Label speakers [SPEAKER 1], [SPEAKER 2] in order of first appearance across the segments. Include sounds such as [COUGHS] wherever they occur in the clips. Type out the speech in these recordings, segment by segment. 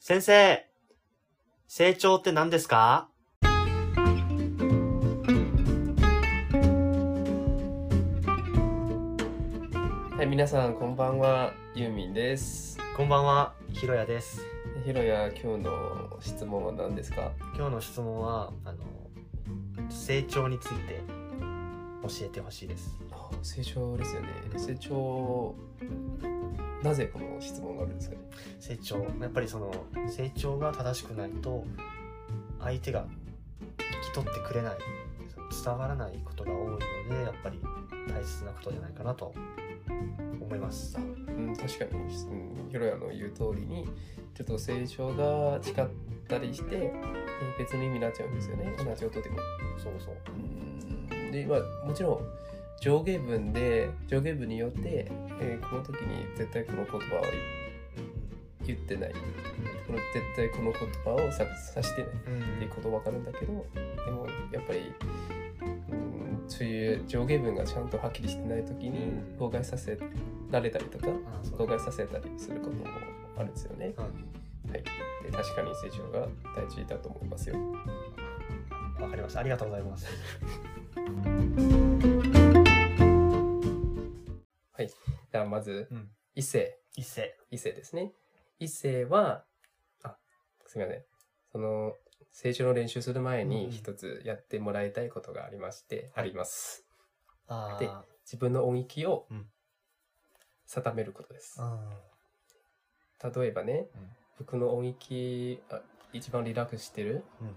[SPEAKER 1] 先生、成長って何ですか
[SPEAKER 2] はい、皆さんこんばんは、ユーミンです。
[SPEAKER 1] こんばんは、ひろやです。
[SPEAKER 2] ひろや、今日の質問は何ですか
[SPEAKER 1] 今日の質問は、あの、成長について教えてほしいです。
[SPEAKER 2] あ成長ですよね。成長、なぜこの質問があるんですかね
[SPEAKER 1] 成長、やっぱりその、成長が正しくないと、相手が聞き取ってくれない、その伝わらないことが多いので、やっぱり大切なことじゃないかなと思います。
[SPEAKER 2] うん、確かに、うん、ひろやの言う通りに、ちょっと成長が違ったりして、えー別の意味になっちゃうんですよね。同じ音でも。
[SPEAKER 1] そうそう。
[SPEAKER 2] うんでまあもちろん上下文で上下文によって、えーこの時に絶対この言葉は言ってないこの絶対この言葉をさ指してないっ
[SPEAKER 1] うん
[SPEAKER 2] ていうことわかるんだけどでもやっぱり、うん、そういう上下文がちゃんとはっきりしてない時に
[SPEAKER 1] うん
[SPEAKER 2] 妨害させられたりとか
[SPEAKER 1] あそう
[SPEAKER 2] 妨害させたりすることもあるんですよね。はい、で確かに成長が大事だと思いますよ。
[SPEAKER 1] うんわかりました。ありがとうございます。
[SPEAKER 2] ではまず
[SPEAKER 1] うん
[SPEAKER 2] 異性。
[SPEAKER 1] 一斉。
[SPEAKER 2] 異性ですね。異性は、あ、すみません。その、成長の練習する前
[SPEAKER 1] うん
[SPEAKER 2] に一つやってもらいたいことがありまして、
[SPEAKER 1] はい
[SPEAKER 2] あります。
[SPEAKER 1] あ
[SPEAKER 2] で自分の音域を
[SPEAKER 1] うん
[SPEAKER 2] 定めることです。
[SPEAKER 1] あ
[SPEAKER 2] 例えばね、
[SPEAKER 1] うん
[SPEAKER 2] 僕の音域、あ一番リラックスしてる
[SPEAKER 1] うん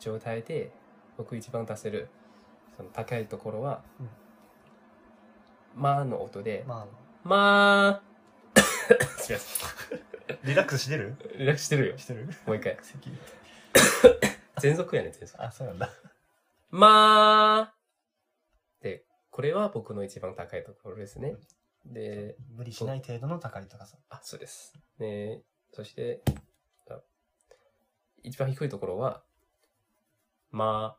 [SPEAKER 2] 状態で、僕一番出せる、その高いところは、
[SPEAKER 1] うん
[SPEAKER 2] まあの音で、
[SPEAKER 1] ま
[SPEAKER 2] まあ、
[SPEAKER 1] [LAUGHS]
[SPEAKER 2] すみま
[SPEAKER 1] あ、リラックスしてる
[SPEAKER 2] せん。リラックスし
[SPEAKER 1] [LAUGHS]
[SPEAKER 2] てるよ。
[SPEAKER 1] してる
[SPEAKER 2] もう一回。
[SPEAKER 1] 咳
[SPEAKER 2] 全続やね、全続。
[SPEAKER 1] あ、そうなんだ。
[SPEAKER 2] まあ。で、これは僕の一番高いところですね。で、
[SPEAKER 1] 無理しない程度の高い高さ。
[SPEAKER 2] あ、そうです。ね、そして、あ一番低いところは、ま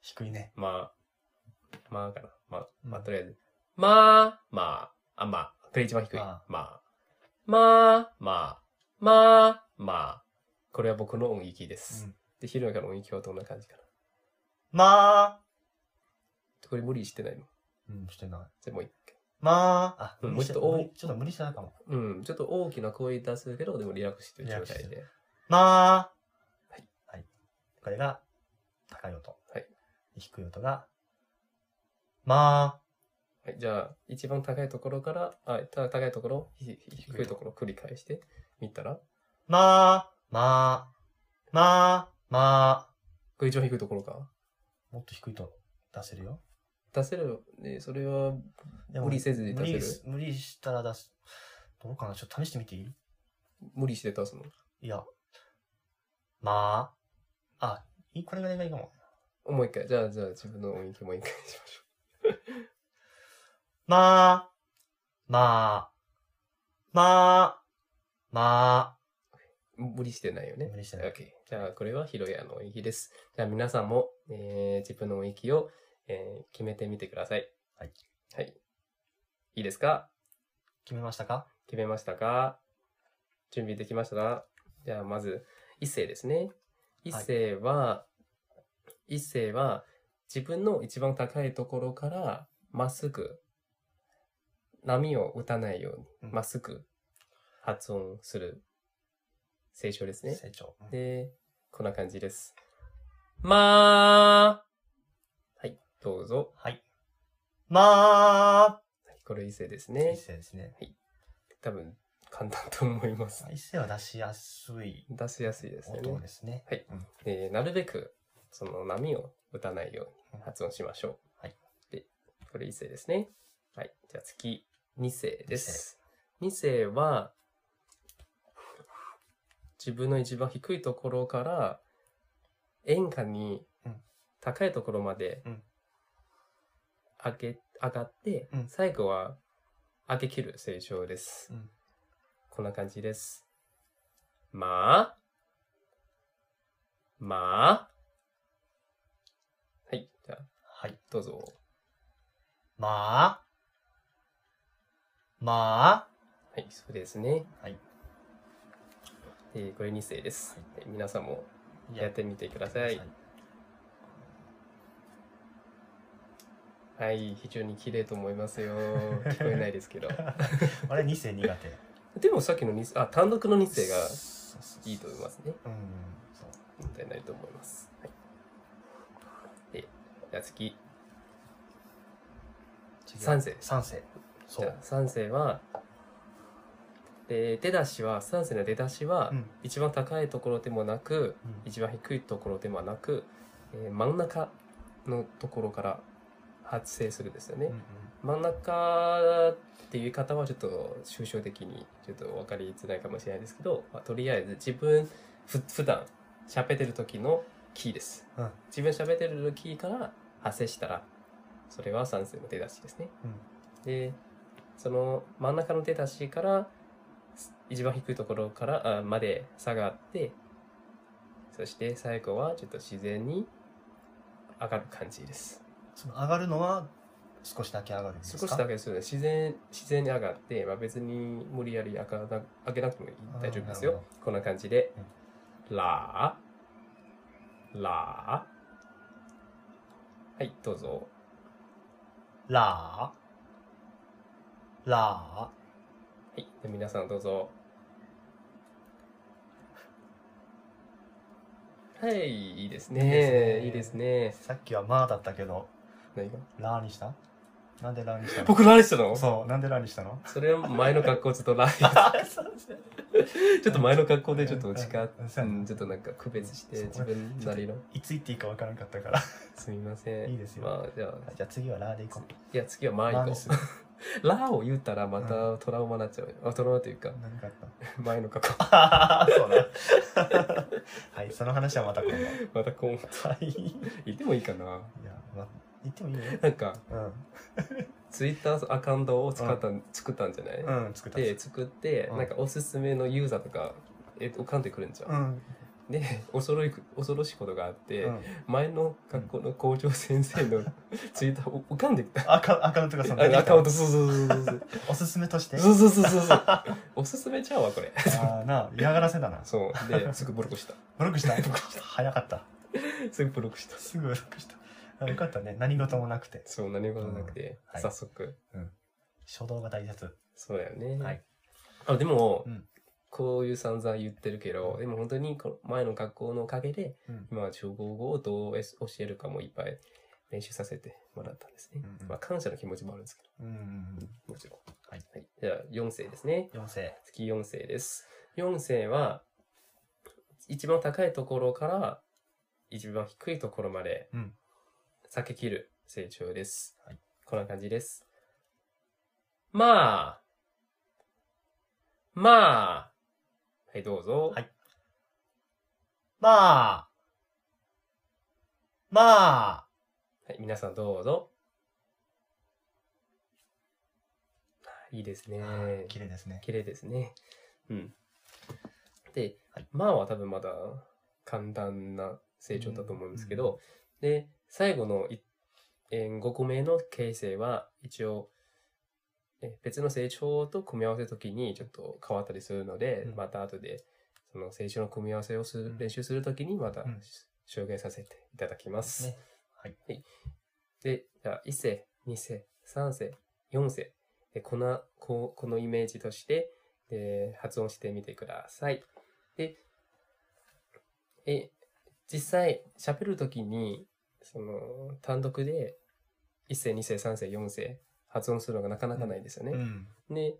[SPEAKER 1] 低いね。
[SPEAKER 2] あ、まあ、まあかな。まあ、まあ、
[SPEAKER 1] うん
[SPEAKER 2] とりあえず。まあ、まあ、あ、まあ。これ一番低い。
[SPEAKER 1] ま
[SPEAKER 2] まあ。まあ、まあ、まあ、まあ。これは僕の音域です。
[SPEAKER 1] うん
[SPEAKER 2] で、ひろやかの音域はどんな感じかな。
[SPEAKER 1] まあ。
[SPEAKER 2] これ無理してないの。
[SPEAKER 1] うん、してない。
[SPEAKER 2] じゃあもう一回。
[SPEAKER 1] まあ。あ、
[SPEAKER 2] うん
[SPEAKER 1] 無理して
[SPEAKER 2] もう一度
[SPEAKER 1] 無理ちょっと無理してないかも。
[SPEAKER 2] うん、ちょっと大きな声出すけど、でもリラックスしてる
[SPEAKER 1] リ
[SPEAKER 2] 状
[SPEAKER 1] ラックス
[SPEAKER 2] 態
[SPEAKER 1] して
[SPEAKER 2] で。
[SPEAKER 1] まあ。
[SPEAKER 2] はい。
[SPEAKER 1] はい。これが、高い音。
[SPEAKER 2] はい。
[SPEAKER 1] 低い音が、ま
[SPEAKER 2] はい、じゃあ、一番高いところから、あ、た高いところ、ひひ低いところ繰り返してみたら、こ
[SPEAKER 1] あ、まあ、まあ、まあ、まあ。
[SPEAKER 2] れ一番低いところか。
[SPEAKER 1] もっと低いと出せるよ。
[SPEAKER 2] 出せる、ね、それは
[SPEAKER 1] でも
[SPEAKER 2] 無理せずに
[SPEAKER 1] 無
[SPEAKER 2] 出
[SPEAKER 1] 理
[SPEAKER 2] せる。
[SPEAKER 1] 無理したら出す。どうかなちょっと試してみていい
[SPEAKER 2] 無理して出すの。
[SPEAKER 1] いや。まあ。あ、いいこれぐらいがいいかも。
[SPEAKER 2] もう一回、じゃあ、じゃあ自分の音域もう一回しましょ
[SPEAKER 1] まあ。まあ。まあ。ま
[SPEAKER 2] う。無理してないよ
[SPEAKER 1] あ。
[SPEAKER 2] ね。
[SPEAKER 1] 無理してない
[SPEAKER 2] OK。じゃあ、これはヒロヤの音域です。じゃあ、皆さんも、えー自分の音域を、えー決めてみてください。
[SPEAKER 1] はい。
[SPEAKER 2] はい。いいですか
[SPEAKER 1] 決めましたか
[SPEAKER 2] 決めましたか準備できましたかじゃあまず一世ですね。一世は、一世は自分の一番高いところからまっすぐ波を打たないよう
[SPEAKER 1] うん
[SPEAKER 2] にまっすぐ発音する成長ですね。
[SPEAKER 1] 成長。うん
[SPEAKER 2] で、こんな感じです。まあはい、どうぞ。
[SPEAKER 1] はい。まあ。
[SPEAKER 2] これ一世です
[SPEAKER 1] 一
[SPEAKER 2] ね。
[SPEAKER 1] 世ですね。
[SPEAKER 2] 多分簡単と思います。
[SPEAKER 1] 一世は出しやすい
[SPEAKER 2] 出しやすいですよね
[SPEAKER 1] 音。ですね。
[SPEAKER 2] はい
[SPEAKER 1] うん。
[SPEAKER 2] えーなるべくその波を打たないように発音しましょう。
[SPEAKER 1] はい。
[SPEAKER 2] で、これ一世ですね。はい。じゃあ次、二世です。二世は、自分の一番低いところから演歌に
[SPEAKER 1] うん
[SPEAKER 2] 高いところまで
[SPEAKER 1] うん
[SPEAKER 2] 上げ、上がって、
[SPEAKER 1] うん
[SPEAKER 2] 最後は上げ切る成長です。
[SPEAKER 1] うん
[SPEAKER 2] こんな感じです。まあ、まあ。はい、じゃあ、
[SPEAKER 1] はい。
[SPEAKER 2] どうぞ。
[SPEAKER 1] まあ。まあ。
[SPEAKER 2] はい、そうですね。
[SPEAKER 1] はい。
[SPEAKER 2] えーこれ2世です。えー皆さんも
[SPEAKER 1] い
[SPEAKER 2] やってみてくださ。
[SPEAKER 1] はい
[SPEAKER 2] はい、非常に綺麗と思いま
[SPEAKER 1] [LAUGHS]
[SPEAKER 2] すよ。聞こえないですけど。
[SPEAKER 1] あれ2世苦手
[SPEAKER 2] でもさっきの2世、あ、単独の2世が
[SPEAKER 1] そうそうそう
[SPEAKER 2] いいと思いますね。
[SPEAKER 1] うんそう
[SPEAKER 2] 問題ないと思います。はい。で、じゃあ次。
[SPEAKER 1] 次は
[SPEAKER 2] 三世
[SPEAKER 1] 三世そ
[SPEAKER 2] じゃ
[SPEAKER 1] う
[SPEAKER 2] あ3世は、で、出だしは、3世の出だしは、
[SPEAKER 1] うん
[SPEAKER 2] 一番高いところでもなく、
[SPEAKER 1] うん
[SPEAKER 2] 一番低いところでもなく、えー真ん中のところから発生するんですよね。
[SPEAKER 1] うんうん
[SPEAKER 2] 真ん中っていう言い方はちょっと抽象的にちょっと分かりづらいかもしれないですけど、まあ、とりあえず自分ふ普段喋ってる時のキーです
[SPEAKER 1] うんうん
[SPEAKER 2] 自分喋ってるキーから発生したらそれは算数の出だしですねでその真ん中の出だしからす一番低いところからあまで下がってそして最後はちょっと自然に上がる感じです
[SPEAKER 1] その上がるのは少しだけ上がるんですか
[SPEAKER 2] 少しだけですよね自然自然に上がって、まあ、別に無理やり上がな上げなくてもいい
[SPEAKER 1] あー
[SPEAKER 2] 大丈夫です
[SPEAKER 1] な
[SPEAKER 2] よ
[SPEAKER 1] るほ
[SPEAKER 2] こんな感じで、ラーラーはいどうぞ
[SPEAKER 1] ラーラ
[SPEAKER 2] はいで皆さんどうぞはいいいですねい
[SPEAKER 1] い
[SPEAKER 2] い
[SPEAKER 1] い
[SPEAKER 2] で
[SPEAKER 1] ですす
[SPEAKER 2] ね
[SPEAKER 1] ーさっきはまあだったけど
[SPEAKER 2] 何が
[SPEAKER 1] ラーにしたなんでラーにしたの
[SPEAKER 2] 僕何したの
[SPEAKER 1] そうなんでラーにした
[SPEAKER 2] [LAUGHS]
[SPEAKER 1] の
[SPEAKER 2] それは前の格好ちょっと
[SPEAKER 1] [LAUGHS]
[SPEAKER 2] ラー
[SPEAKER 1] あそうですね
[SPEAKER 2] ちょっと前の格好でちょっと違う
[SPEAKER 1] うん
[SPEAKER 2] う
[SPEAKER 1] そうやなん
[SPEAKER 2] ちょっとなんか区別して
[SPEAKER 1] そ
[SPEAKER 2] 自
[SPEAKER 1] こ
[SPEAKER 2] 分なりの
[SPEAKER 1] いつ行っていいかわからんかったから [LAUGHS]
[SPEAKER 2] すみません。
[SPEAKER 1] いいですよ
[SPEAKER 2] まあ、じゃあ、
[SPEAKER 1] じゃあ次はラーでいこう
[SPEAKER 2] いや、次はマ
[SPEAKER 1] ラー
[SPEAKER 2] ー
[SPEAKER 1] に
[SPEAKER 2] イ
[SPEAKER 1] す
[SPEAKER 2] コ。
[SPEAKER 1] る
[SPEAKER 2] ラーを言ったらまたトラウマになっちゃうよ。あトラウマというか、 [LAUGHS]
[SPEAKER 1] 何かあっ
[SPEAKER 2] 前の過去。 [LAUGHS]
[SPEAKER 1] た [LAUGHS] そうだはいその話はまた今度
[SPEAKER 2] また今後、
[SPEAKER 1] はいい
[SPEAKER 2] 言ってもいいかな。
[SPEAKER 1] やま言ってもいいよ
[SPEAKER 2] なんか、
[SPEAKER 1] う
[SPEAKER 2] ツイッターアカウントを使った、作ったんじゃない、
[SPEAKER 1] んうん作った
[SPEAKER 2] で、作って、
[SPEAKER 1] うん
[SPEAKER 2] なんかおすすめのユーザーとか、えっと、かんでくるんじゃ。
[SPEAKER 1] うんん
[SPEAKER 2] で、恐ろい、恐ろしいことがあって、
[SPEAKER 1] うん
[SPEAKER 2] 前の学校の校長先生の [LAUGHS] ツイッターを浮かんできた。
[SPEAKER 1] アカアカウントがその出て
[SPEAKER 2] あ
[SPEAKER 1] き
[SPEAKER 2] アカウン
[SPEAKER 1] た
[SPEAKER 2] ト、そうそうそうそうそう。
[SPEAKER 1] おすすめとして
[SPEAKER 2] そうそうそうそうそう。おすすめちゃうわ、これ。
[SPEAKER 1] ああなあ嫌がらせだな
[SPEAKER 2] そう。で、すぐブロックした。
[SPEAKER 1] [LAUGHS] ブロックした早かった
[SPEAKER 2] すぐブロックした。
[SPEAKER 1] すぐブロックしたあよかったね何事もなくて
[SPEAKER 2] そう、何事もなくて、
[SPEAKER 1] うんはい
[SPEAKER 2] 早速。
[SPEAKER 1] 初動が大切
[SPEAKER 2] そうだよね。
[SPEAKER 1] はい
[SPEAKER 2] あでも、
[SPEAKER 1] うん
[SPEAKER 2] こういう散々言ってるけど、でも本当にこの前の学校のおかげで、
[SPEAKER 1] うん
[SPEAKER 2] 今は中国語をどうえ教えるかもいっぱい練習させてもらったんですね。
[SPEAKER 1] うんうん
[SPEAKER 2] まあ、感謝の気持ちもあるんですけ
[SPEAKER 1] うんうん
[SPEAKER 2] ど、もちろん。
[SPEAKER 1] はい
[SPEAKER 2] じゃあ、4世ですね。
[SPEAKER 1] うん4世
[SPEAKER 2] 月4世です。4世は、一番高いところから一番低いところまで
[SPEAKER 1] うん
[SPEAKER 2] 避け切る成長です。
[SPEAKER 1] はい
[SPEAKER 2] こんな感じです。まあ、まあ、はい、どうぞ。
[SPEAKER 1] はいまあまあ
[SPEAKER 2] はい、皆さんどうぞ。いいですね。
[SPEAKER 1] 綺麗ですね
[SPEAKER 2] 綺麗ですね。うん。で、
[SPEAKER 1] はい
[SPEAKER 2] まあは多分まだ簡単な成長だと思うんですけど、で、最後のい、えー5個目の形成は一応、え別の成長と組み合わせるときにちょっと変わったりするので、
[SPEAKER 1] うん
[SPEAKER 2] また後でその成長の組み合わせをする、
[SPEAKER 1] うん
[SPEAKER 2] 練習するときにまた
[SPEAKER 1] うん
[SPEAKER 2] 証言させていただきます。
[SPEAKER 1] ねはい
[SPEAKER 2] で、じゃあ、1世、2世、3世、4世。で、この、こうこのイメージとして、で、発音してみてください。で、え、実際、喋るときに、その、単独で、1世、2世、3世、4世、発音するのがなかなかないですよね。
[SPEAKER 1] うん
[SPEAKER 2] で、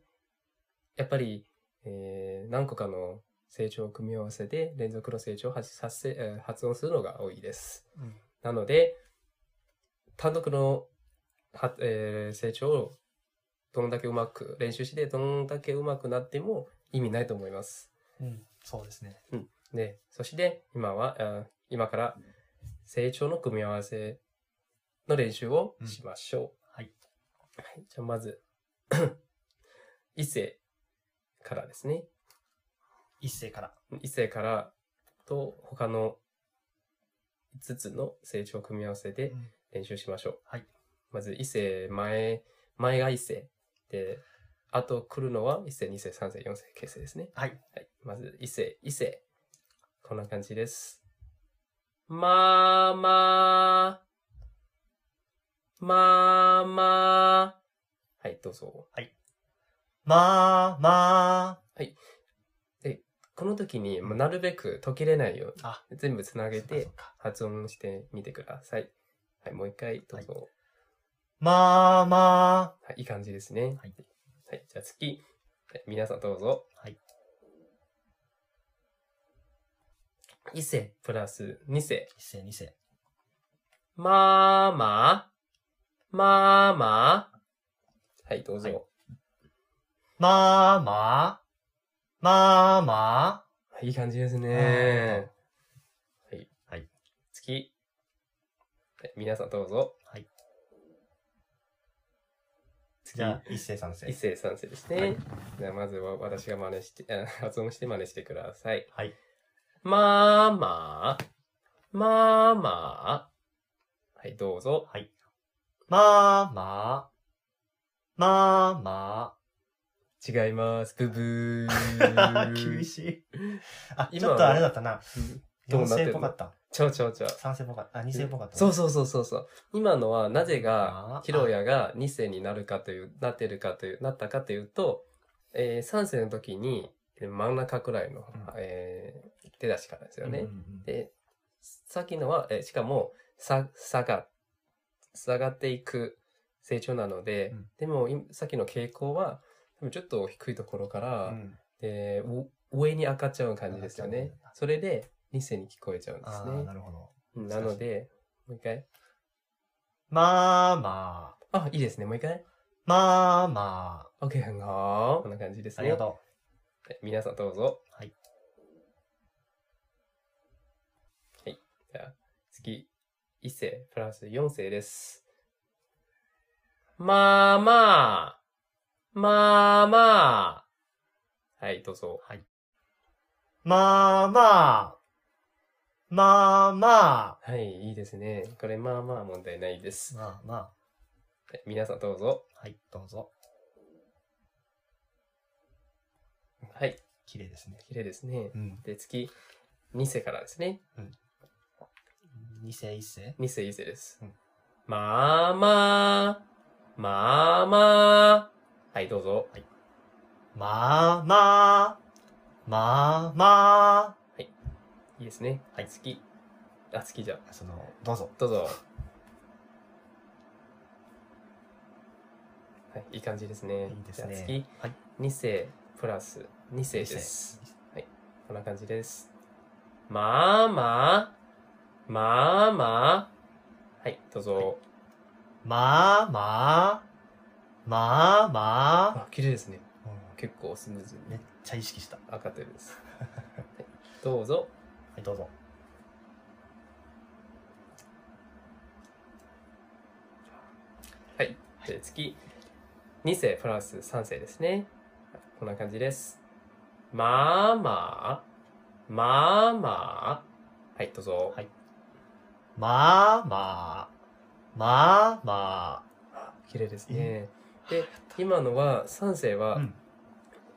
[SPEAKER 2] やっぱり、えー何個かの成長を組み合わせて、連続の成長を発発生えー発音するのが多いです。
[SPEAKER 1] うん
[SPEAKER 2] なので、単独のは、えー成長をどんだけうまく練習して、どんだけうまくなっても意味ないと思います。
[SPEAKER 1] うんそうですね
[SPEAKER 2] で、そして今は、あ今から成長の組み合わせの練習をしましょう。
[SPEAKER 1] うんはい。
[SPEAKER 2] はい、じゃあまず、 [COUGHS] 一世からですね。
[SPEAKER 1] 一世から
[SPEAKER 2] 一世からと他の5つの成長を組み合わせて練習しましょう。
[SPEAKER 1] はい
[SPEAKER 2] まず、異性、前、前が異性。で、あと来るのは一世、二世、三世、四世、形成ですね。
[SPEAKER 1] はい。
[SPEAKER 2] はい。まず、一世、一世。こんな感じです。まーまー。まーまー。はい、どうぞ。
[SPEAKER 1] まあ、ま
[SPEAKER 2] この時に、まあなるべく途切れないように
[SPEAKER 1] あ、
[SPEAKER 2] 全部つな
[SPEAKER 1] あ。
[SPEAKER 2] げて
[SPEAKER 1] そっかそっ、か
[SPEAKER 2] 発音してみてください。はい、もう一回、どうぞ。
[SPEAKER 1] まあ、ま
[SPEAKER 2] はい、いい感じですね。
[SPEAKER 1] はい。
[SPEAKER 2] はい、じゃあ次。はい皆さんどうぞ。
[SPEAKER 1] はい。
[SPEAKER 2] 一世プラス二世。
[SPEAKER 1] あ。一世、二世。
[SPEAKER 2] まーまー。まーまー。はい、どうぞ。
[SPEAKER 1] まあ、まあ。まあ、ま
[SPEAKER 2] はい、いい感じですね。はい。
[SPEAKER 1] はい。
[SPEAKER 2] 次。はい、皆さんどうぞ。
[SPEAKER 1] はい。あ。
[SPEAKER 2] 次
[SPEAKER 1] じ。ゃあ、一世、三世
[SPEAKER 2] 一。世三世です
[SPEAKER 1] は
[SPEAKER 2] ね
[SPEAKER 1] い。
[SPEAKER 2] じゃあまずは私が真似して、あ発音して真似してください。
[SPEAKER 1] はい。
[SPEAKER 2] まあまあ。まあまあ。はい、どうぞ。
[SPEAKER 1] はい。まあ、まあ。まあ、ま
[SPEAKER 2] 違います。ブブ [LAUGHS]
[SPEAKER 1] あ。[LAUGHS]
[SPEAKER 2] ー。
[SPEAKER 1] 厳しい。あ、
[SPEAKER 2] 今
[SPEAKER 1] ちょっとあれだったな。
[SPEAKER 2] うんどう
[SPEAKER 1] 四
[SPEAKER 2] なってん
[SPEAKER 1] 世
[SPEAKER 2] の
[SPEAKER 1] っぽかった。
[SPEAKER 2] ちょちょちょ。
[SPEAKER 1] 三世っぽかった。あ、二世っぽかった。
[SPEAKER 2] そうそうそうそうそう。今のはなぜが
[SPEAKER 1] あー
[SPEAKER 2] ヒロヤが2世になるかという、なってるかという、なったかというと、え3世の時にえ真ん中くらいの、
[SPEAKER 1] うん
[SPEAKER 2] えー出だしからですよね。
[SPEAKER 1] うんうんうん
[SPEAKER 2] で、さっきのは、えーしかも、さ、下が、下がっていく成長なので、
[SPEAKER 1] うん
[SPEAKER 2] でも、今さっきの傾向は、多分ちょっと低いところから、
[SPEAKER 1] うん
[SPEAKER 2] えーう上に上がっちゃう感じですよ
[SPEAKER 1] 上がっ
[SPEAKER 2] ね
[SPEAKER 1] ちゃうんだ。
[SPEAKER 2] それで、2世に聞こえちゃうんです
[SPEAKER 1] あ
[SPEAKER 2] ね
[SPEAKER 1] あ、なるほど。
[SPEAKER 2] うん。なので、もう一回。
[SPEAKER 1] まあ、まあ。
[SPEAKER 2] あ、いいですね。もう一回。
[SPEAKER 1] まあ、ま
[SPEAKER 2] OK、很好。こんな感じです
[SPEAKER 1] あ。あ
[SPEAKER 2] ね。
[SPEAKER 1] りがと
[SPEAKER 2] はい皆さんどうぞ。
[SPEAKER 1] はい。
[SPEAKER 2] はい。じゃあ、次、一世プラス四世です。まあまあ。まあまあ。はい、どうぞ。
[SPEAKER 1] う。まあ、まあ。まあ、まあ。
[SPEAKER 2] はい、いいですね。これ、まあまあ問題ないです。
[SPEAKER 1] まあ、
[SPEAKER 2] は
[SPEAKER 1] まあ。
[SPEAKER 2] い皆さんどうぞ。
[SPEAKER 1] はい、どうぞ。
[SPEAKER 2] はい、
[SPEAKER 1] 綺麗ですね。
[SPEAKER 2] 綺麗ですね。
[SPEAKER 1] うん。
[SPEAKER 2] で、次、二世からですね。
[SPEAKER 1] 二世、一世。
[SPEAKER 2] 二世、一世です。
[SPEAKER 1] うん
[SPEAKER 2] まあまあ。まあまあ。はい、どうぞ。
[SPEAKER 1] まあ、まあ。まあ、ま
[SPEAKER 2] いいですね。
[SPEAKER 1] はい
[SPEAKER 2] 次。あ、次じゃあ。
[SPEAKER 1] あ。その、どうぞ。
[SPEAKER 2] どうぞ。はい、いい感じですね。
[SPEAKER 1] いいですね。
[SPEAKER 2] じゃあ次、
[SPEAKER 1] はい。
[SPEAKER 2] 2世プラス2世です。こんな感じです。まあまあ、まあまあ。はい、どうぞ。
[SPEAKER 1] はいまあ、まあ。まあ、ま
[SPEAKER 2] あ、綺麗ですね。
[SPEAKER 1] あ。うん
[SPEAKER 2] 結構スムーズに
[SPEAKER 1] めっちゃ意識した。は
[SPEAKER 2] 赤てるです。はいどうぞ。
[SPEAKER 1] い、どうぞ。
[SPEAKER 2] はい。じゃあ次、2世プラス3世ですね。こんな感じです。まあまあ、まあまあ。はい、どうぞ。
[SPEAKER 1] はいまあ、まあ。まあ、ま
[SPEAKER 2] 綺麗ですね。で、今のは3世
[SPEAKER 1] あ。う
[SPEAKER 2] は
[SPEAKER 1] ん。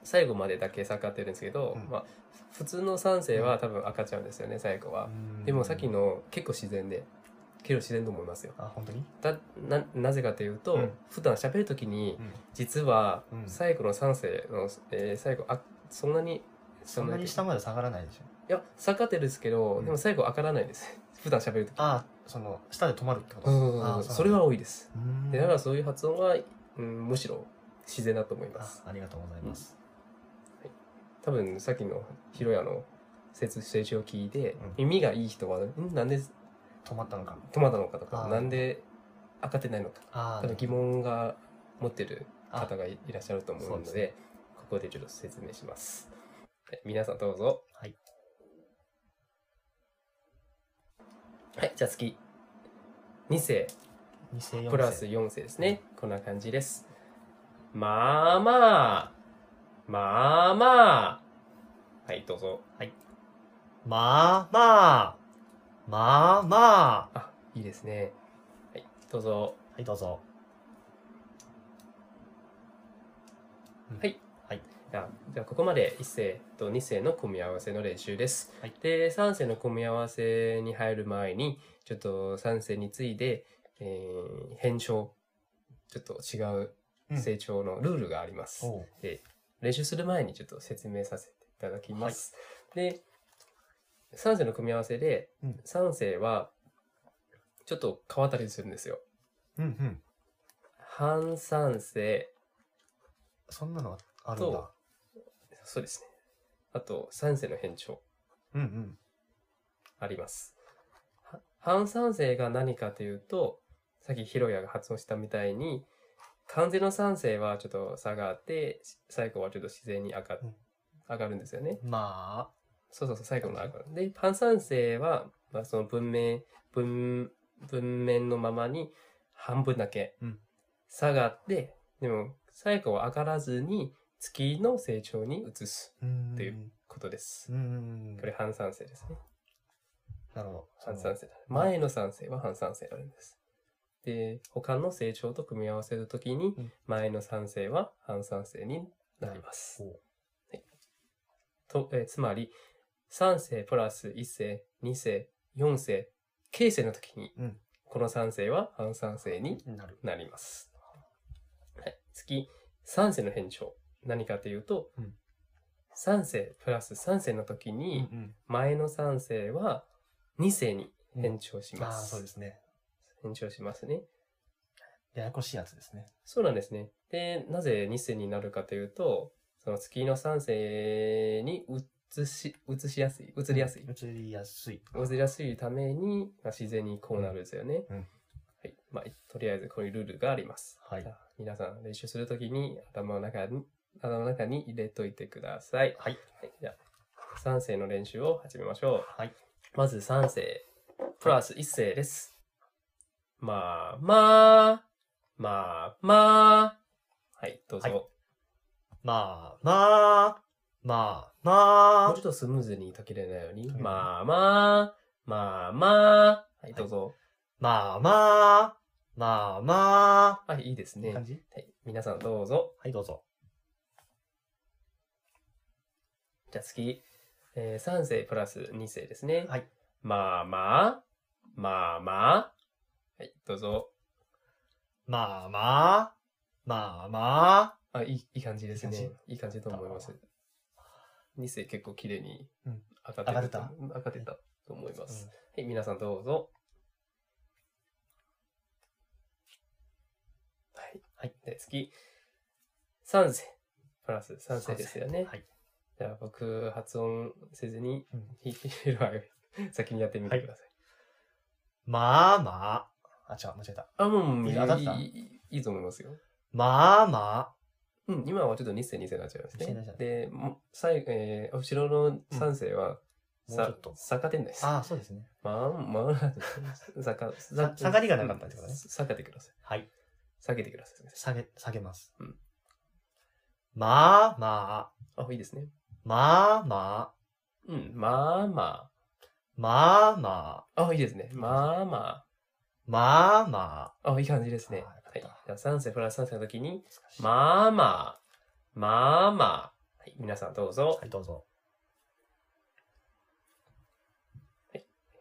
[SPEAKER 2] 最後までだけ下がってるんですけど、
[SPEAKER 1] うん
[SPEAKER 2] まあ、普通の3世は多分赤ちゃうんですよね、最後は。でもさっき。の結構自然で、結構自然と思いますよ。
[SPEAKER 1] あ、本当に
[SPEAKER 2] だななぜかというと、
[SPEAKER 1] うん
[SPEAKER 2] 普段喋るときに
[SPEAKER 1] うん。
[SPEAKER 2] 実は
[SPEAKER 1] うん
[SPEAKER 2] 最後の3世の、えー最後あそんなに
[SPEAKER 1] そんなに下まで下がらないでしょ。
[SPEAKER 2] いや下がってるんですけど、
[SPEAKER 1] うん
[SPEAKER 2] でも最後上がらないです [LAUGHS] 普段喋るとき
[SPEAKER 1] ああ、その、下で止まるってこと
[SPEAKER 2] そうそうそうそうそれは、多いです
[SPEAKER 1] ああうなん
[SPEAKER 2] で
[SPEAKER 1] だ
[SPEAKER 2] だ
[SPEAKER 1] うー
[SPEAKER 2] から
[SPEAKER 1] ん
[SPEAKER 2] そういう発音は、うん、むしろ自然だと思いま
[SPEAKER 1] あ
[SPEAKER 2] す
[SPEAKER 1] ありがとうございます。
[SPEAKER 2] 多分さっきのひろやの説成長を聞いて、
[SPEAKER 1] うん
[SPEAKER 2] 耳がいい人はんなんで
[SPEAKER 1] 止まったのか。
[SPEAKER 2] 止まったのかと
[SPEAKER 1] あ
[SPEAKER 2] か
[SPEAKER 1] ー
[SPEAKER 2] なんで上がってないのか
[SPEAKER 1] あ
[SPEAKER 2] 多分疑問が持ってる
[SPEAKER 1] あ
[SPEAKER 2] 方がいいらっしゃると思う
[SPEAKER 1] そう
[SPEAKER 2] の
[SPEAKER 1] で
[SPEAKER 2] です
[SPEAKER 1] ね
[SPEAKER 2] ここでちょっと説明します。はい皆さんどうぞ。
[SPEAKER 1] はい。
[SPEAKER 2] はい、じゃあ次。2世
[SPEAKER 1] 二世四世
[SPEAKER 2] プラス4世ですね。こんな感じです。まあまあ。まあまあ。はい、どうぞ。
[SPEAKER 1] まあまあ。まあま
[SPEAKER 2] あ、いいですね。はい、どうぞ。
[SPEAKER 1] あ。はい、どうぞ。うん
[SPEAKER 2] はい。
[SPEAKER 1] はい。
[SPEAKER 2] あじゃあここまで1世と2世の組み合わせの練習です。
[SPEAKER 1] はい
[SPEAKER 2] で3世の組み合わせに入る前にちょっと3世について、えー変調ちょっと違
[SPEAKER 1] うん
[SPEAKER 2] う成長のルールがあります。
[SPEAKER 1] おう
[SPEAKER 2] で練習する前にちょっと説明させていただきます。で3世の組み合わせで
[SPEAKER 1] うん
[SPEAKER 2] 3世はちょっと変わったりするんですよ。
[SPEAKER 1] うんうん。
[SPEAKER 2] 半三世
[SPEAKER 1] そんなのあるんだ。
[SPEAKER 2] そうですね。あと3世の変調。
[SPEAKER 1] うんうん。
[SPEAKER 2] あります。は反三世が何かというと、さっきヒロヤが発音したみたいに、完全の三世はちょっと下があって、し最後はちょっと自然に上が,、
[SPEAKER 1] うん
[SPEAKER 2] 上がるんですよね。
[SPEAKER 1] ま
[SPEAKER 2] そうそうそう、最後の上がる。で、反三世は、まあ、その文明、文、文面のままに半分だけ
[SPEAKER 1] うん
[SPEAKER 2] 下がって、でも最後は上がらずに月の成長に移す
[SPEAKER 1] あ、うん。
[SPEAKER 2] っていうことです。
[SPEAKER 1] うんうんうん。
[SPEAKER 2] これ反三世ですね。
[SPEAKER 1] なるほど。
[SPEAKER 2] 半三世だ。前の三世は半三世になるんです。で、他の成長と組み合わせるときに
[SPEAKER 1] うん、
[SPEAKER 2] 前の三世は半三世になります。
[SPEAKER 1] おう
[SPEAKER 2] とえーつまり、三世プラス一世、二世、四世、形世のときに
[SPEAKER 1] うん、
[SPEAKER 2] この三世は半三世に
[SPEAKER 1] なる。
[SPEAKER 2] なります。はい、次、三世の変調。何かというと
[SPEAKER 1] うん、
[SPEAKER 2] 三世プラス三世のとき
[SPEAKER 1] う
[SPEAKER 2] に、
[SPEAKER 1] ん
[SPEAKER 2] 前の三世は二世に
[SPEAKER 1] うん。
[SPEAKER 2] 変調し
[SPEAKER 1] あ
[SPEAKER 2] ま
[SPEAKER 1] あ、
[SPEAKER 2] す
[SPEAKER 1] そうで。すね。
[SPEAKER 2] 延長しますね。
[SPEAKER 1] ややこしいやつですね。
[SPEAKER 2] そうなんですね。で、なぜ2世になるかというと、その月の3世に移し、移しやすい、移りやすい。
[SPEAKER 1] 移りやすい。
[SPEAKER 2] 移りやすいために、まあ、自然にこうなるんですよね。
[SPEAKER 1] うん
[SPEAKER 2] はい。まあ、いとりあえずこういうルールがあります。
[SPEAKER 1] はい
[SPEAKER 2] じゃあ皆さん練習するときに頭の中に、頭の中に入れといてください。
[SPEAKER 1] はい。
[SPEAKER 2] はい。じゃあ、3世の練習を始めましょう。
[SPEAKER 1] はい。
[SPEAKER 2] まず3世、プラス1世です。まあまあ、まあまあ。はい、どうぞ。
[SPEAKER 1] はいまあまあ、まあま
[SPEAKER 2] もう
[SPEAKER 1] あ
[SPEAKER 2] ちょっ。とスムーズに言いけれないように。
[SPEAKER 1] はい
[SPEAKER 2] まあまあ、まあまあ。はい、どうぞ。
[SPEAKER 1] まあまあ、まあまあ。
[SPEAKER 2] あ、いいです
[SPEAKER 1] いい
[SPEAKER 2] ね。は
[SPEAKER 1] 感じ
[SPEAKER 2] い、皆さんどうぞ。
[SPEAKER 1] はい、どうぞ。
[SPEAKER 2] じゃあ次、えー、3世プラス2世ですね。
[SPEAKER 1] はい。
[SPEAKER 2] まあまあ、まあまあ。はい、どうぞ。
[SPEAKER 1] まあまあ、まあまあ。
[SPEAKER 2] あ、いい、いい感じです
[SPEAKER 1] いい
[SPEAKER 2] ね
[SPEAKER 1] 感。
[SPEAKER 2] いい感じだと思います。2世結構綺麗に
[SPEAKER 1] うん
[SPEAKER 2] 上がってた。上がってたと思います。はい、皆さんどうぞ。はい。
[SPEAKER 1] はい
[SPEAKER 2] で、次。3世。プラス3世
[SPEAKER 1] そう
[SPEAKER 2] ですよね。
[SPEAKER 1] はい。
[SPEAKER 2] じゃあ僕、発音せずに
[SPEAKER 1] うん、
[SPEAKER 2] 弾けるわよ。先にやってみてください。
[SPEAKER 1] まあまあ。あ、違う、間違えた。
[SPEAKER 2] あ、もうもう、いい
[SPEAKER 1] いい上がった
[SPEAKER 2] いいいいと思いますよ。
[SPEAKER 1] まあま
[SPEAKER 2] うん、今はちょっと2世、2世になっちゃいます
[SPEAKER 1] 二世にな
[SPEAKER 2] ね
[SPEAKER 1] っちゃ。う
[SPEAKER 2] で、も最後、えー、後ろの3世は、
[SPEAKER 1] うんもうちょ
[SPEAKER 2] さ
[SPEAKER 1] っと、
[SPEAKER 2] 逆転です。
[SPEAKER 1] あ。ああ、そうですね。
[SPEAKER 2] まあ、まあ、坂、
[SPEAKER 1] さ下がりがなかったってことね
[SPEAKER 2] 下げてください。
[SPEAKER 1] はい。
[SPEAKER 2] 下げてください。すみませ
[SPEAKER 1] 下げ、下げます。
[SPEAKER 2] うん
[SPEAKER 1] まあまあ、
[SPEAKER 2] んあ、いいですね。
[SPEAKER 1] まあまあ、
[SPEAKER 2] うん、まあま
[SPEAKER 1] まあま
[SPEAKER 2] あ。あ、いいですね。まあま
[SPEAKER 1] あ、まあま
[SPEAKER 2] あ。あ、いい感じですね。は
[SPEAKER 1] あーよ
[SPEAKER 2] い。じ
[SPEAKER 1] かっ
[SPEAKER 2] ゃあ、3世プラス3世の時に、
[SPEAKER 1] あ。
[SPEAKER 2] まあまあ。まあまあ。はい、皆さんどうぞ
[SPEAKER 1] は。い、どうぞ。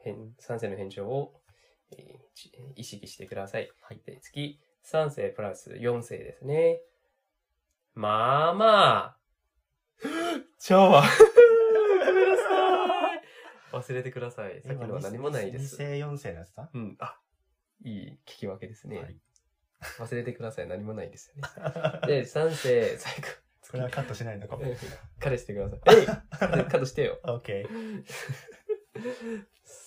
[SPEAKER 2] 変3世の返上を、えーち意識してください。
[SPEAKER 1] はい。
[SPEAKER 2] で、次、3世プラス4世ですね。まあまあ。ちゃうわ。ごめんなさい。 [LAUGHS] 忘れてください。さっきのは何もないで
[SPEAKER 1] 2
[SPEAKER 2] す。
[SPEAKER 1] 世、4世のやつだ
[SPEAKER 2] うん、あ、いい聞き分けですね。
[SPEAKER 1] はい
[SPEAKER 2] 忘れてください。何もないですよ
[SPEAKER 1] [LAUGHS]
[SPEAKER 2] ね。で、3世、最後。
[SPEAKER 1] これはカットしないのかも。
[SPEAKER 2] 彼して
[SPEAKER 1] [LAUGHS]
[SPEAKER 2] ください。えいカットしてよ。
[SPEAKER 1] オッケ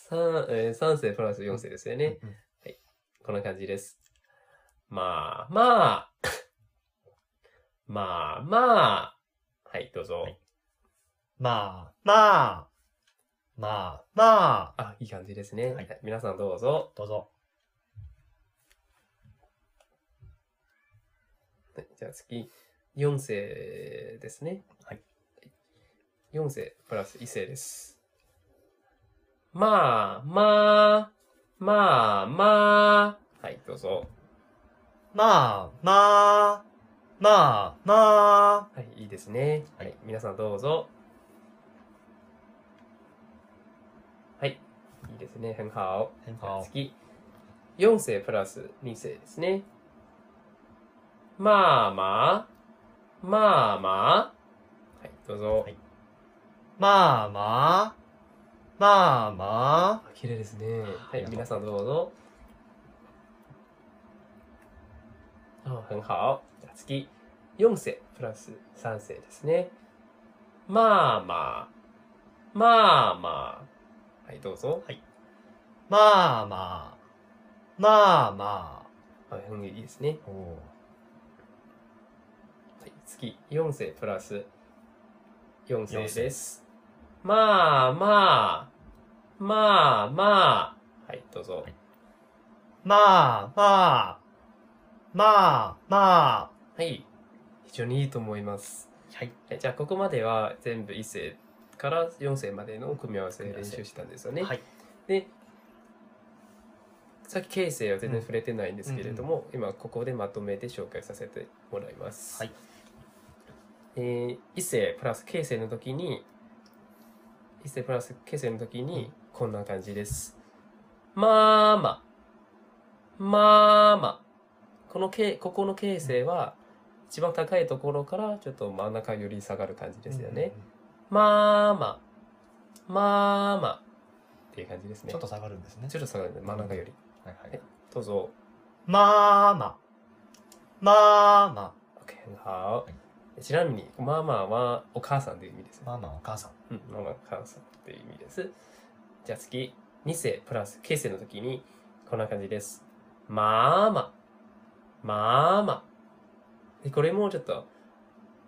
[SPEAKER 2] 3, えー、3世プラス4世ですよ
[SPEAKER 1] ー。
[SPEAKER 2] ね。
[SPEAKER 1] うんうん
[SPEAKER 2] こんな感じです。まあまあ。 [LAUGHS] まあまあ。はい、どうぞ。
[SPEAKER 1] はいまあまあ、まあまあ、
[SPEAKER 2] あ、いい感じですね。
[SPEAKER 1] はい
[SPEAKER 2] はい皆さんどうぞ。
[SPEAKER 1] どうぞ。
[SPEAKER 2] はいじゃあ次、4世ですね。
[SPEAKER 1] はい。
[SPEAKER 2] 4世プラス1世です。まあまあ。まあまあ。はい、どうぞ。
[SPEAKER 1] まあまあ、ままあ、まあ、
[SPEAKER 2] はい、いいですね。は、
[SPEAKER 1] はいい
[SPEAKER 2] 皆さんどうぞ。はい、いいですね。很好。
[SPEAKER 1] 很
[SPEAKER 2] じゃあ
[SPEAKER 1] 好。
[SPEAKER 2] 次。4世プラス2世ですね。まあまあ。まあまあ。はい、どうぞ。
[SPEAKER 1] はいまあまあ、まあまあ、
[SPEAKER 2] 綺麗ですね。は
[SPEAKER 1] ありが、
[SPEAKER 2] い
[SPEAKER 1] とう
[SPEAKER 2] 皆さんどうぞ。あ、很好。じゃあ次、4世プラス3世ですね。まあまあ。まあまあ。はい、どうぞ。
[SPEAKER 1] まあまあ、まあま
[SPEAKER 2] あ、うんいいですね。
[SPEAKER 1] あ。おー
[SPEAKER 2] はい、次、4世プラス4世
[SPEAKER 1] 四世
[SPEAKER 2] です。まあまあ。まあまあ。はい、どうぞ。
[SPEAKER 1] まあまあ、まあまあ。
[SPEAKER 2] はい。非常にいいと思います。
[SPEAKER 1] はい。
[SPEAKER 2] えじゃあここまでは全部1世から4世までの組み合わせ練習したんですよね。
[SPEAKER 1] はい。
[SPEAKER 2] でさっき形成は全然触れてないんですけれども、今ここでまとめて紹介させてもらいます。
[SPEAKER 1] はい
[SPEAKER 2] えー、一世プラス形成の時に一世プラス形成の時にこんな感じです。まあまあまあまあこのけここの形成は一番高いところからちょっと真ん中より下がる感じですよね。
[SPEAKER 1] うんうん
[SPEAKER 2] まあまあ。まあまあ。っていう感じです
[SPEAKER 1] うん。
[SPEAKER 2] ね。
[SPEAKER 1] ちょっと下がるんですね
[SPEAKER 2] ち。ょっと下がるね。真ん中より。
[SPEAKER 1] はいはい
[SPEAKER 2] え。どうぞ。
[SPEAKER 1] まあまあ、まあま
[SPEAKER 2] OK。好。ちなみに、まあまあはお母さんという意味です
[SPEAKER 1] あ、。まあまあお母さん。
[SPEAKER 2] うん、ママ、母さんという意味です。じゃあ次、2世プラス形成の時に、こんな感じです。まあまあ。まあまあ。で、これもちょっと、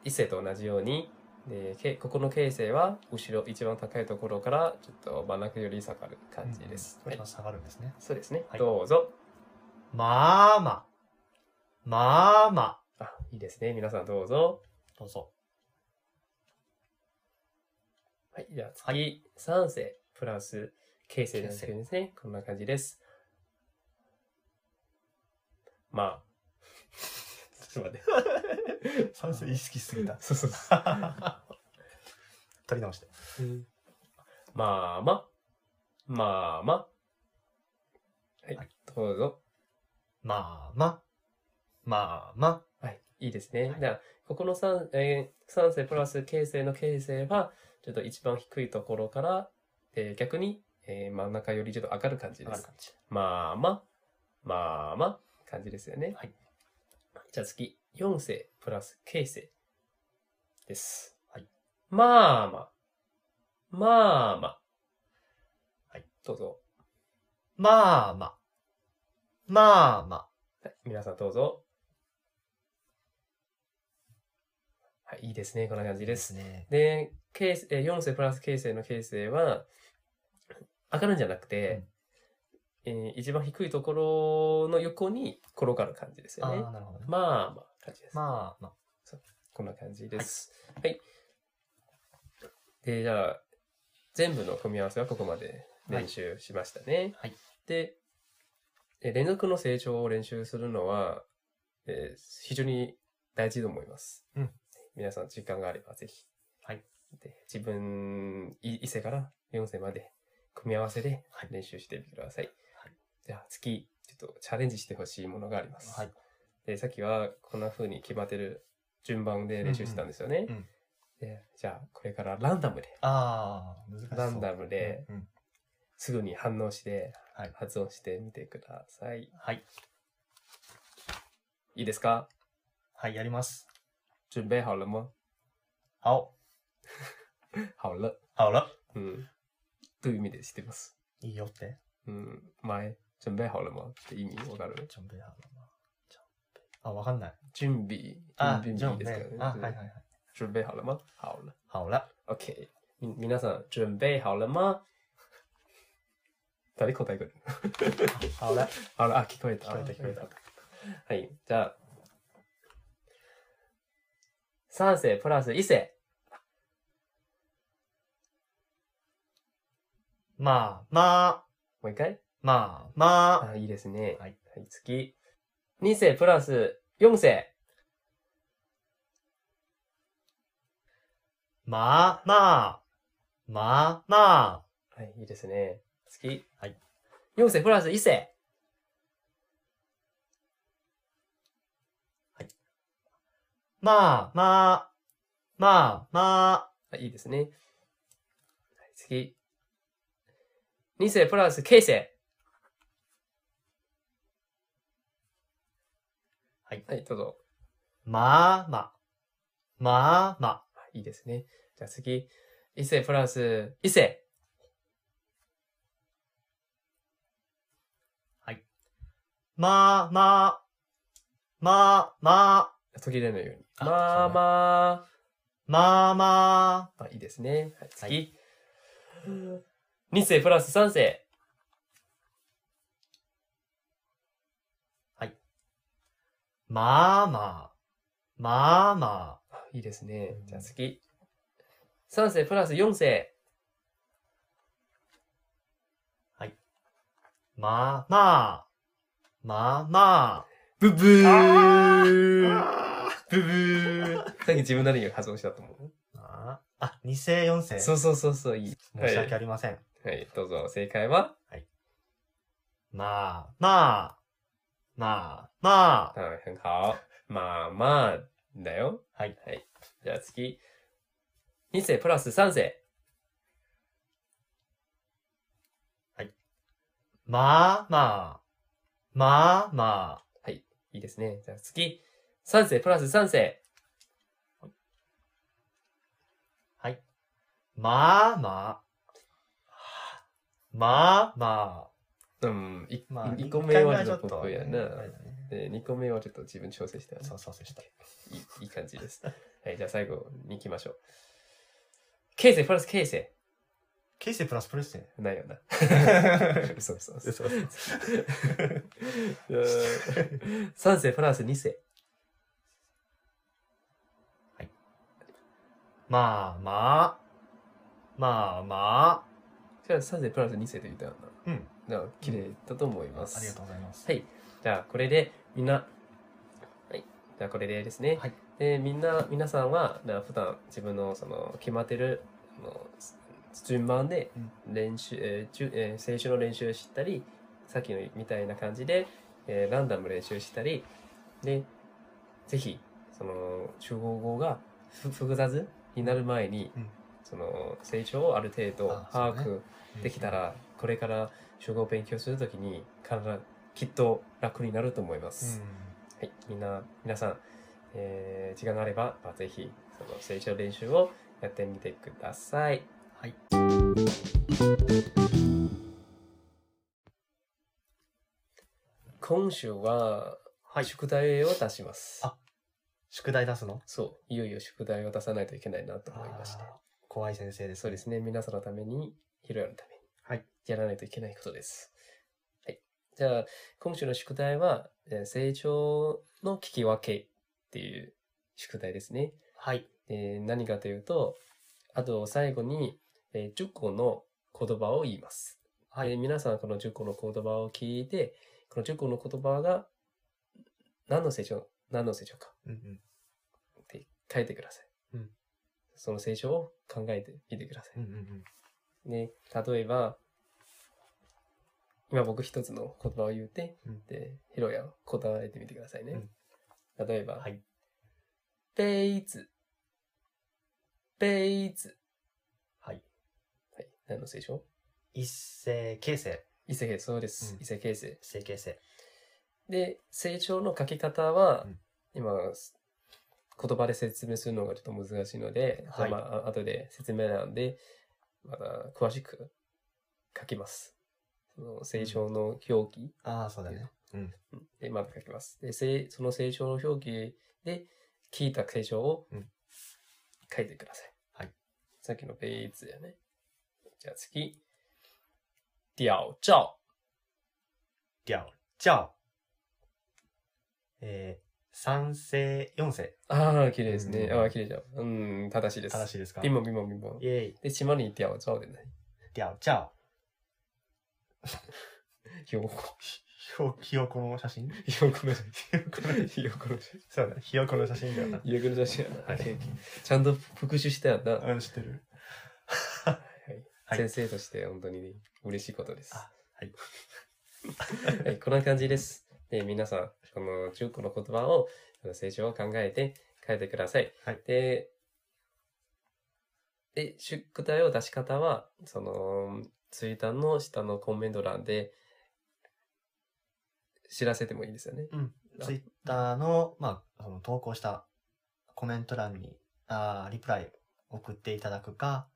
[SPEAKER 2] 一世と同じように、で、けここの形成は、後ろ、一番高いところから、ちょっと真ん中より下がる感じです。
[SPEAKER 1] うん
[SPEAKER 2] は
[SPEAKER 1] ち
[SPEAKER 2] い
[SPEAKER 1] ょっと下がるんですね。
[SPEAKER 2] そうですね。
[SPEAKER 1] はい
[SPEAKER 2] どうぞ。
[SPEAKER 1] まあまあ、まあまあ。
[SPEAKER 2] あ、いいですね。皆さんどうぞ。
[SPEAKER 1] どうぞ。
[SPEAKER 2] はい。じゃあ次、三世プラス形成の時ですね。こんな感じです。まあ。ちょっと待って。
[SPEAKER 1] 算数意識しすぎた。
[SPEAKER 2] [LAUGHS] そうそうそう。
[SPEAKER 1] [LAUGHS] 取り直して。
[SPEAKER 2] まあま。まあま。は。
[SPEAKER 1] はい
[SPEAKER 2] どうぞ。
[SPEAKER 1] まあまあ、まあまあ。
[SPEAKER 2] はい、いいですね。
[SPEAKER 1] はい
[SPEAKER 2] だから、ここの三、えー、三世プラス形成の形成は、ちょっと一番低いところから、えー逆に、えー真ん中よりちょっと上がる感じ
[SPEAKER 1] 上
[SPEAKER 2] で
[SPEAKER 1] がる
[SPEAKER 2] す。
[SPEAKER 1] 感じ。
[SPEAKER 2] まあまあ、まあまあ、感じですよね。
[SPEAKER 1] はい。
[SPEAKER 2] じゃあ次、四世プラス形成です。
[SPEAKER 1] はい。
[SPEAKER 2] まあまあ、まあまあ。
[SPEAKER 1] はい。
[SPEAKER 2] どうぞ。
[SPEAKER 1] まあまあ、まあまあ。
[SPEAKER 2] はい、皆さんどうぞ。はい、いいですね。こんな感じです。
[SPEAKER 1] ね。
[SPEAKER 2] で、形成えー4世プラス形成の形成は、上がるんじゃなくて、えー一番低いところの横に転がる感じです
[SPEAKER 1] あ
[SPEAKER 2] よ
[SPEAKER 1] あ
[SPEAKER 2] ね。
[SPEAKER 1] ー、なるほどね。
[SPEAKER 2] まあまあ、感じです。
[SPEAKER 1] まあまあ。
[SPEAKER 2] こんな感じです。はい。で、じゃあ、全部の組み合わせはここまで練習しましたね。
[SPEAKER 1] はい
[SPEAKER 2] で、えー連続の成長を練習するのは、えー非常に大事と思います。
[SPEAKER 1] うん
[SPEAKER 2] 皆さん、時間があればぜひ。
[SPEAKER 1] はい
[SPEAKER 2] で自分、い一世から四世まで組み合わせで
[SPEAKER 1] はい
[SPEAKER 2] 練習してみてください。
[SPEAKER 1] はい
[SPEAKER 2] じゃあ、次、ちょっとチャレンジしてほしいものがあります。
[SPEAKER 1] はい。
[SPEAKER 2] で、さっきはこんな風に決まってる順番で練習してたんですよね。
[SPEAKER 1] うんうん
[SPEAKER 2] でじゃあ、これからランダムで、
[SPEAKER 1] ああ、難しそう。
[SPEAKER 2] ランダムで
[SPEAKER 1] うん。うん
[SPEAKER 2] すぐに反応して、
[SPEAKER 1] はい
[SPEAKER 2] 発音してみてください。
[SPEAKER 1] はい。
[SPEAKER 2] いいですか
[SPEAKER 1] はい、やります。
[SPEAKER 2] 準備好了吗
[SPEAKER 1] 好。
[SPEAKER 2] 好了。
[SPEAKER 1] 好了。
[SPEAKER 2] うん。という意味で知ってます。
[SPEAKER 1] いいよって。
[SPEAKER 2] うん。前、準備好了吗って意味わかる
[SPEAKER 1] 準備あるな。準備あ、わかんない。
[SPEAKER 2] 準備。
[SPEAKER 1] あ、
[SPEAKER 2] 準
[SPEAKER 1] 準
[SPEAKER 2] 備
[SPEAKER 1] 備
[SPEAKER 2] です
[SPEAKER 1] ね。
[SPEAKER 2] から
[SPEAKER 1] あ、
[SPEAKER 2] ね。
[SPEAKER 1] はいはいはい。
[SPEAKER 2] 準備好了吗好了。
[SPEAKER 1] 好了。
[SPEAKER 2] OK。み皆さん、準備好了吗誰答えくる
[SPEAKER 1] 好了。
[SPEAKER 2] あら、あ、聞こえた。
[SPEAKER 1] 聞こえた聞こえた
[SPEAKER 2] た。はい、じゃあ、3世プラス1世。
[SPEAKER 1] まあまあ、
[SPEAKER 2] もう一回
[SPEAKER 1] まあま
[SPEAKER 2] あ、いいですね。
[SPEAKER 1] あ。はい。
[SPEAKER 2] はい、次。2世プラス4世。
[SPEAKER 1] まあまあ、まあま
[SPEAKER 2] はい、いいですね。次。
[SPEAKER 1] はい。
[SPEAKER 2] 四世プラス一世。
[SPEAKER 1] あ、まあまあ、まあまあ、
[SPEAKER 2] はい、いいですね。はい次。二世プラス形世。
[SPEAKER 1] はい
[SPEAKER 2] はい、どうぞ。
[SPEAKER 1] まあまあ、まあまあ、
[SPEAKER 2] はいいいですね。じゃあ次。一世プラス一世。
[SPEAKER 1] まあまあ、まあまあ、
[SPEAKER 2] 途切れないように。
[SPEAKER 1] あ
[SPEAKER 2] まあま
[SPEAKER 1] まあま
[SPEAKER 2] あ。あ、いいですね。はい、次。
[SPEAKER 1] は
[SPEAKER 2] 二世プラス三世。
[SPEAKER 1] あ、まあまあ、まあま
[SPEAKER 2] あいいですね
[SPEAKER 1] う。ん
[SPEAKER 2] じゃあ次。三世プラス四世。
[SPEAKER 1] あ、まあまあ、まあま
[SPEAKER 2] ブブ
[SPEAKER 1] あ
[SPEAKER 2] ー
[SPEAKER 1] あ。
[SPEAKER 2] ブブーさっき自分なりに発音したと思う。
[SPEAKER 1] あーあ、2世4世。
[SPEAKER 2] そうそうそうそう、いい。
[SPEAKER 1] 申し訳ありません。
[SPEAKER 2] はい、どうぞ、正解は
[SPEAKER 1] まあ、まあ、まあ、まあ。
[SPEAKER 2] はい、很好。まあまあ、だよ。
[SPEAKER 1] はい。
[SPEAKER 2] はい。じゃあ次。二世プラス三世。
[SPEAKER 1] まあまあ、まあま
[SPEAKER 2] いいですね。じゃあ次。三世プラス三世。
[SPEAKER 1] あ。はい。まあまあ。まあま
[SPEAKER 2] うん、い
[SPEAKER 1] あ。まあ、
[SPEAKER 2] 一個目は
[SPEAKER 1] 一
[SPEAKER 2] ちょっ
[SPEAKER 1] 回ぐ
[SPEAKER 2] と
[SPEAKER 1] らい
[SPEAKER 2] や
[SPEAKER 1] ちょっ
[SPEAKER 2] な。
[SPEAKER 1] あれだね
[SPEAKER 2] で、二個目はちょっと自分調整したよね
[SPEAKER 1] そうそうそうした。
[SPEAKER 2] いいいい感じです。はい、じゃあ最後に行きましょう。形成プラス形成。
[SPEAKER 1] ケイセプラスプレスね。
[SPEAKER 2] ないよな。嘘嘘嘘。
[SPEAKER 1] 嘘
[SPEAKER 2] [LAUGHS]
[SPEAKER 1] 嘘
[SPEAKER 2] 3世プラス2世。
[SPEAKER 1] まあまあ。まあま
[SPEAKER 2] じゃあ3世プラス2世と言ったよ
[SPEAKER 1] あ。うん。
[SPEAKER 2] な。だから綺麗だと思います。
[SPEAKER 1] ありがとうございます。
[SPEAKER 2] はい。じゃあこれでみんな、はい。じゃあこれでですね。
[SPEAKER 1] はい
[SPEAKER 2] で、みんな、皆さんは、だから普段自分のその決まってる、あの順番で練習、えーじゅえー先週の練習したり、さっきのみたいな感じで、えーランダム練習したり、で、ぜひ、その、中国語がふ複雑になる前に、
[SPEAKER 1] うん
[SPEAKER 2] その、成長をある程度
[SPEAKER 1] あ
[SPEAKER 2] 把
[SPEAKER 1] そう
[SPEAKER 2] 握できたら、これから中国語を勉強するときに、体、きっと楽になると思いま
[SPEAKER 1] う
[SPEAKER 2] す。
[SPEAKER 1] ん。
[SPEAKER 2] はい、みんな、皆さん、えー時間があれば、まあ、ぜひ、その成長練習をやってみてください。
[SPEAKER 1] はい。
[SPEAKER 2] 今週は、
[SPEAKER 1] はい。
[SPEAKER 2] 宿題を出します。
[SPEAKER 1] あ宿題出すの
[SPEAKER 2] そう、いよいよ宿題を出さないといけないなと思いまして
[SPEAKER 1] あ。ー怖い先生です。
[SPEAKER 2] そうですね、皆さんのために、ヒロヤのために、
[SPEAKER 1] はい
[SPEAKER 2] やらないといけないことです。はい。じゃあ、今週の宿題は、えー成長の聞き分けっていう宿題ですね。
[SPEAKER 1] はい。
[SPEAKER 2] えー何かというと、あと最後に、えー10個の言葉を言います。はい、皆さんこの10個の言葉を聞いて、この10個の言葉が何の成長、何の成長か
[SPEAKER 1] うんうん。
[SPEAKER 2] って書いてください。
[SPEAKER 1] うん
[SPEAKER 2] その成長を考えてみてください。
[SPEAKER 1] うんうんうん。
[SPEAKER 2] で、例えば、今僕一つの言葉を言って、
[SPEAKER 1] うん
[SPEAKER 2] で、ヒロヤ答えてみてくださいね。例えば、
[SPEAKER 1] はい。
[SPEAKER 2] 杯子。杯子。
[SPEAKER 1] はい。
[SPEAKER 2] はい。何の聖書
[SPEAKER 1] 一斉形成、
[SPEAKER 2] 異性形そうです。
[SPEAKER 1] うん
[SPEAKER 2] 異性形成。
[SPEAKER 1] 整形成。
[SPEAKER 2] で、成長の書き方は、
[SPEAKER 1] うん
[SPEAKER 2] 今、言葉で説明するのがちょっと難しいので、
[SPEAKER 1] はい
[SPEAKER 2] まあ、あ後で説明なんで、また詳しく書きます。その成長の表記、
[SPEAKER 1] ああ、そうだね。
[SPEAKER 2] で、また書きます。で、せその成長の表記で、聞いた成長を
[SPEAKER 1] うん
[SPEAKER 2] 書いてください。
[SPEAKER 1] はい。
[SPEAKER 2] さっきのページだよね。じゃあ次。屌照。
[SPEAKER 1] ギャオ、ジャオ。えー、三世、四世。
[SPEAKER 2] ああ、綺麗ですね。
[SPEAKER 1] うん
[SPEAKER 2] ああ、綺麗じゃん。うん、正しいです。
[SPEAKER 1] 正しいですか
[SPEAKER 2] ビンボンビンボンビンボン
[SPEAKER 1] イ。ェイ、
[SPEAKER 2] で、島に屌照でない。
[SPEAKER 1] ギャオ、ジャオ。
[SPEAKER 2] 標語。
[SPEAKER 1] ひよ、ひよこの写真
[SPEAKER 2] [LAUGHS]
[SPEAKER 1] [LAUGHS]
[SPEAKER 2] ひよこの写
[SPEAKER 1] ひよこの、
[SPEAKER 2] 真。ひよこの写真。
[SPEAKER 1] そうだね、ひよこの写真だよな。
[SPEAKER 2] ひよこの写真やな。
[SPEAKER 1] はい
[SPEAKER 2] [LAUGHS] ちゃんと復習したやんな。
[SPEAKER 1] うん、知ってる。はい
[SPEAKER 2] 先生として本当に嬉しいことです。
[SPEAKER 1] あはい。
[SPEAKER 2] [LAUGHS] はい、こんな感じです。で、皆さん、この中古の言葉を、あの成長を考えて書いてください。
[SPEAKER 1] はい
[SPEAKER 2] で、で、宿題を出し方は、その、ツイッターの下のコメント欄で知らせてもいいですよね。
[SPEAKER 1] うん。ツイッターの、まあ、その投稿したコメント欄に、あーリプライ送っていただくか、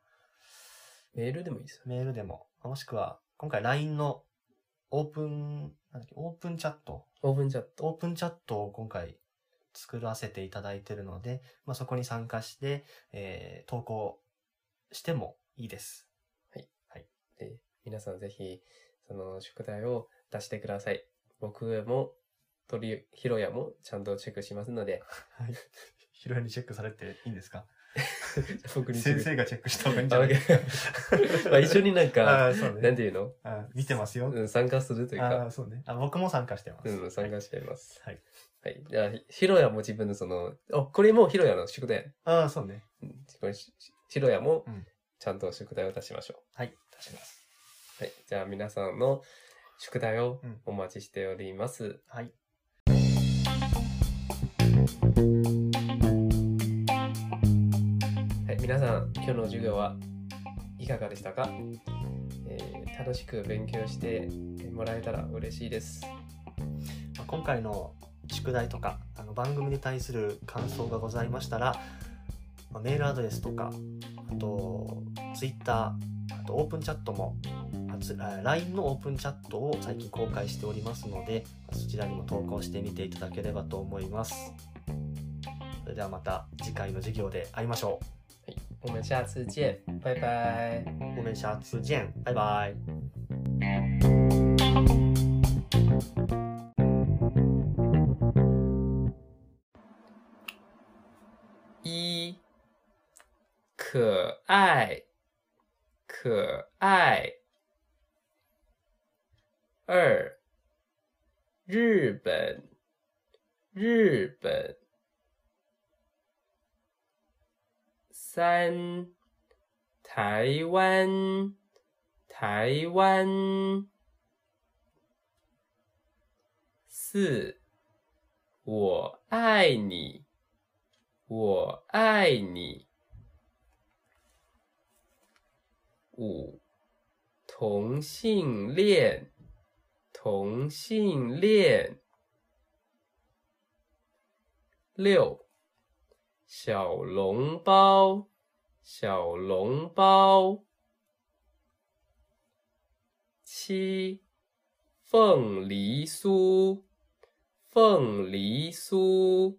[SPEAKER 2] メールでもいいですよね。
[SPEAKER 1] メールでも、もしくは、今回 LINE のオープン、なんだっけ、オープンチャット
[SPEAKER 2] オープンチャット。
[SPEAKER 1] オープンチャットを今回作らせていただいているので、まあ、そこに参加して、えー投稿してもいいです。
[SPEAKER 2] で、皆さんぜひ、その宿題を出してください。僕も、鳥、ひろやもちゃんとチェックしますの
[SPEAKER 1] [LAUGHS]
[SPEAKER 2] で、
[SPEAKER 1] はい。ひろやにチェックされていいんですか
[SPEAKER 2] 僕に
[SPEAKER 1] 先生がチェックした方がいいんじゃない
[SPEAKER 2] あわ
[SPEAKER 1] [LAUGHS]
[SPEAKER 2] か [LAUGHS] まあ一緒になんか、
[SPEAKER 1] あーそう
[SPEAKER 2] なん
[SPEAKER 1] ね。
[SPEAKER 2] ていうの
[SPEAKER 1] あー見てますよ。
[SPEAKER 2] うん参加するという
[SPEAKER 1] あ
[SPEAKER 2] か、
[SPEAKER 1] ーそうね。あ、僕も参加してます。
[SPEAKER 2] うん、参加しています。
[SPEAKER 1] はい。
[SPEAKER 2] はい。じゃあ、ひろやも自分のその、あ、これもひろやの宿題。
[SPEAKER 1] ああ、そうね。
[SPEAKER 2] うんこれしひろやも
[SPEAKER 1] うん、
[SPEAKER 2] ちゃんと宿題を出しましょう。
[SPEAKER 1] はい。出します。
[SPEAKER 2] はい。じゃあ、皆さんの宿題を
[SPEAKER 1] うん
[SPEAKER 2] お待ちしております。
[SPEAKER 1] はい。
[SPEAKER 2] はい、皆さん、今日の授業はいかがでしたか、えー楽しく勉強してもらえたら嬉しいです。
[SPEAKER 1] まあ今回の宿題とか、あの番組に対する感想がございましたら、まあメールアドレスとか、あと、ツイッター、あとオープンチャットも、あつあ LINE のオープンチャットを最近公開しておりますので、まあそちらにも投稿してみていただければと思います。それではまた次回の授業で会いましょ
[SPEAKER 2] はい、我们下次见，拜拜。
[SPEAKER 1] う。ごめんシャーツジェン。バイバイ。
[SPEAKER 2] 一，可爱，可爱。二，日本，日本。三，台湾，台湾。四，我爱你。我爱你。五，同性恋，同性恋。六，小笼包，小笼包。七，凤梨酥，凤梨酥。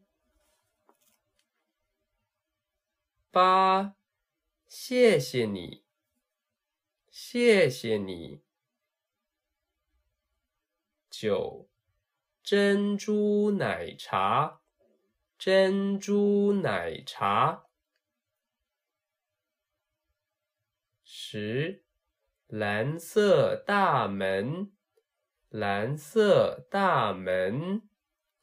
[SPEAKER 2] 八，谢谢你，谢谢你。九，珍珠奶茶，珍珠奶茶。十，蓝色大门，蓝色大门。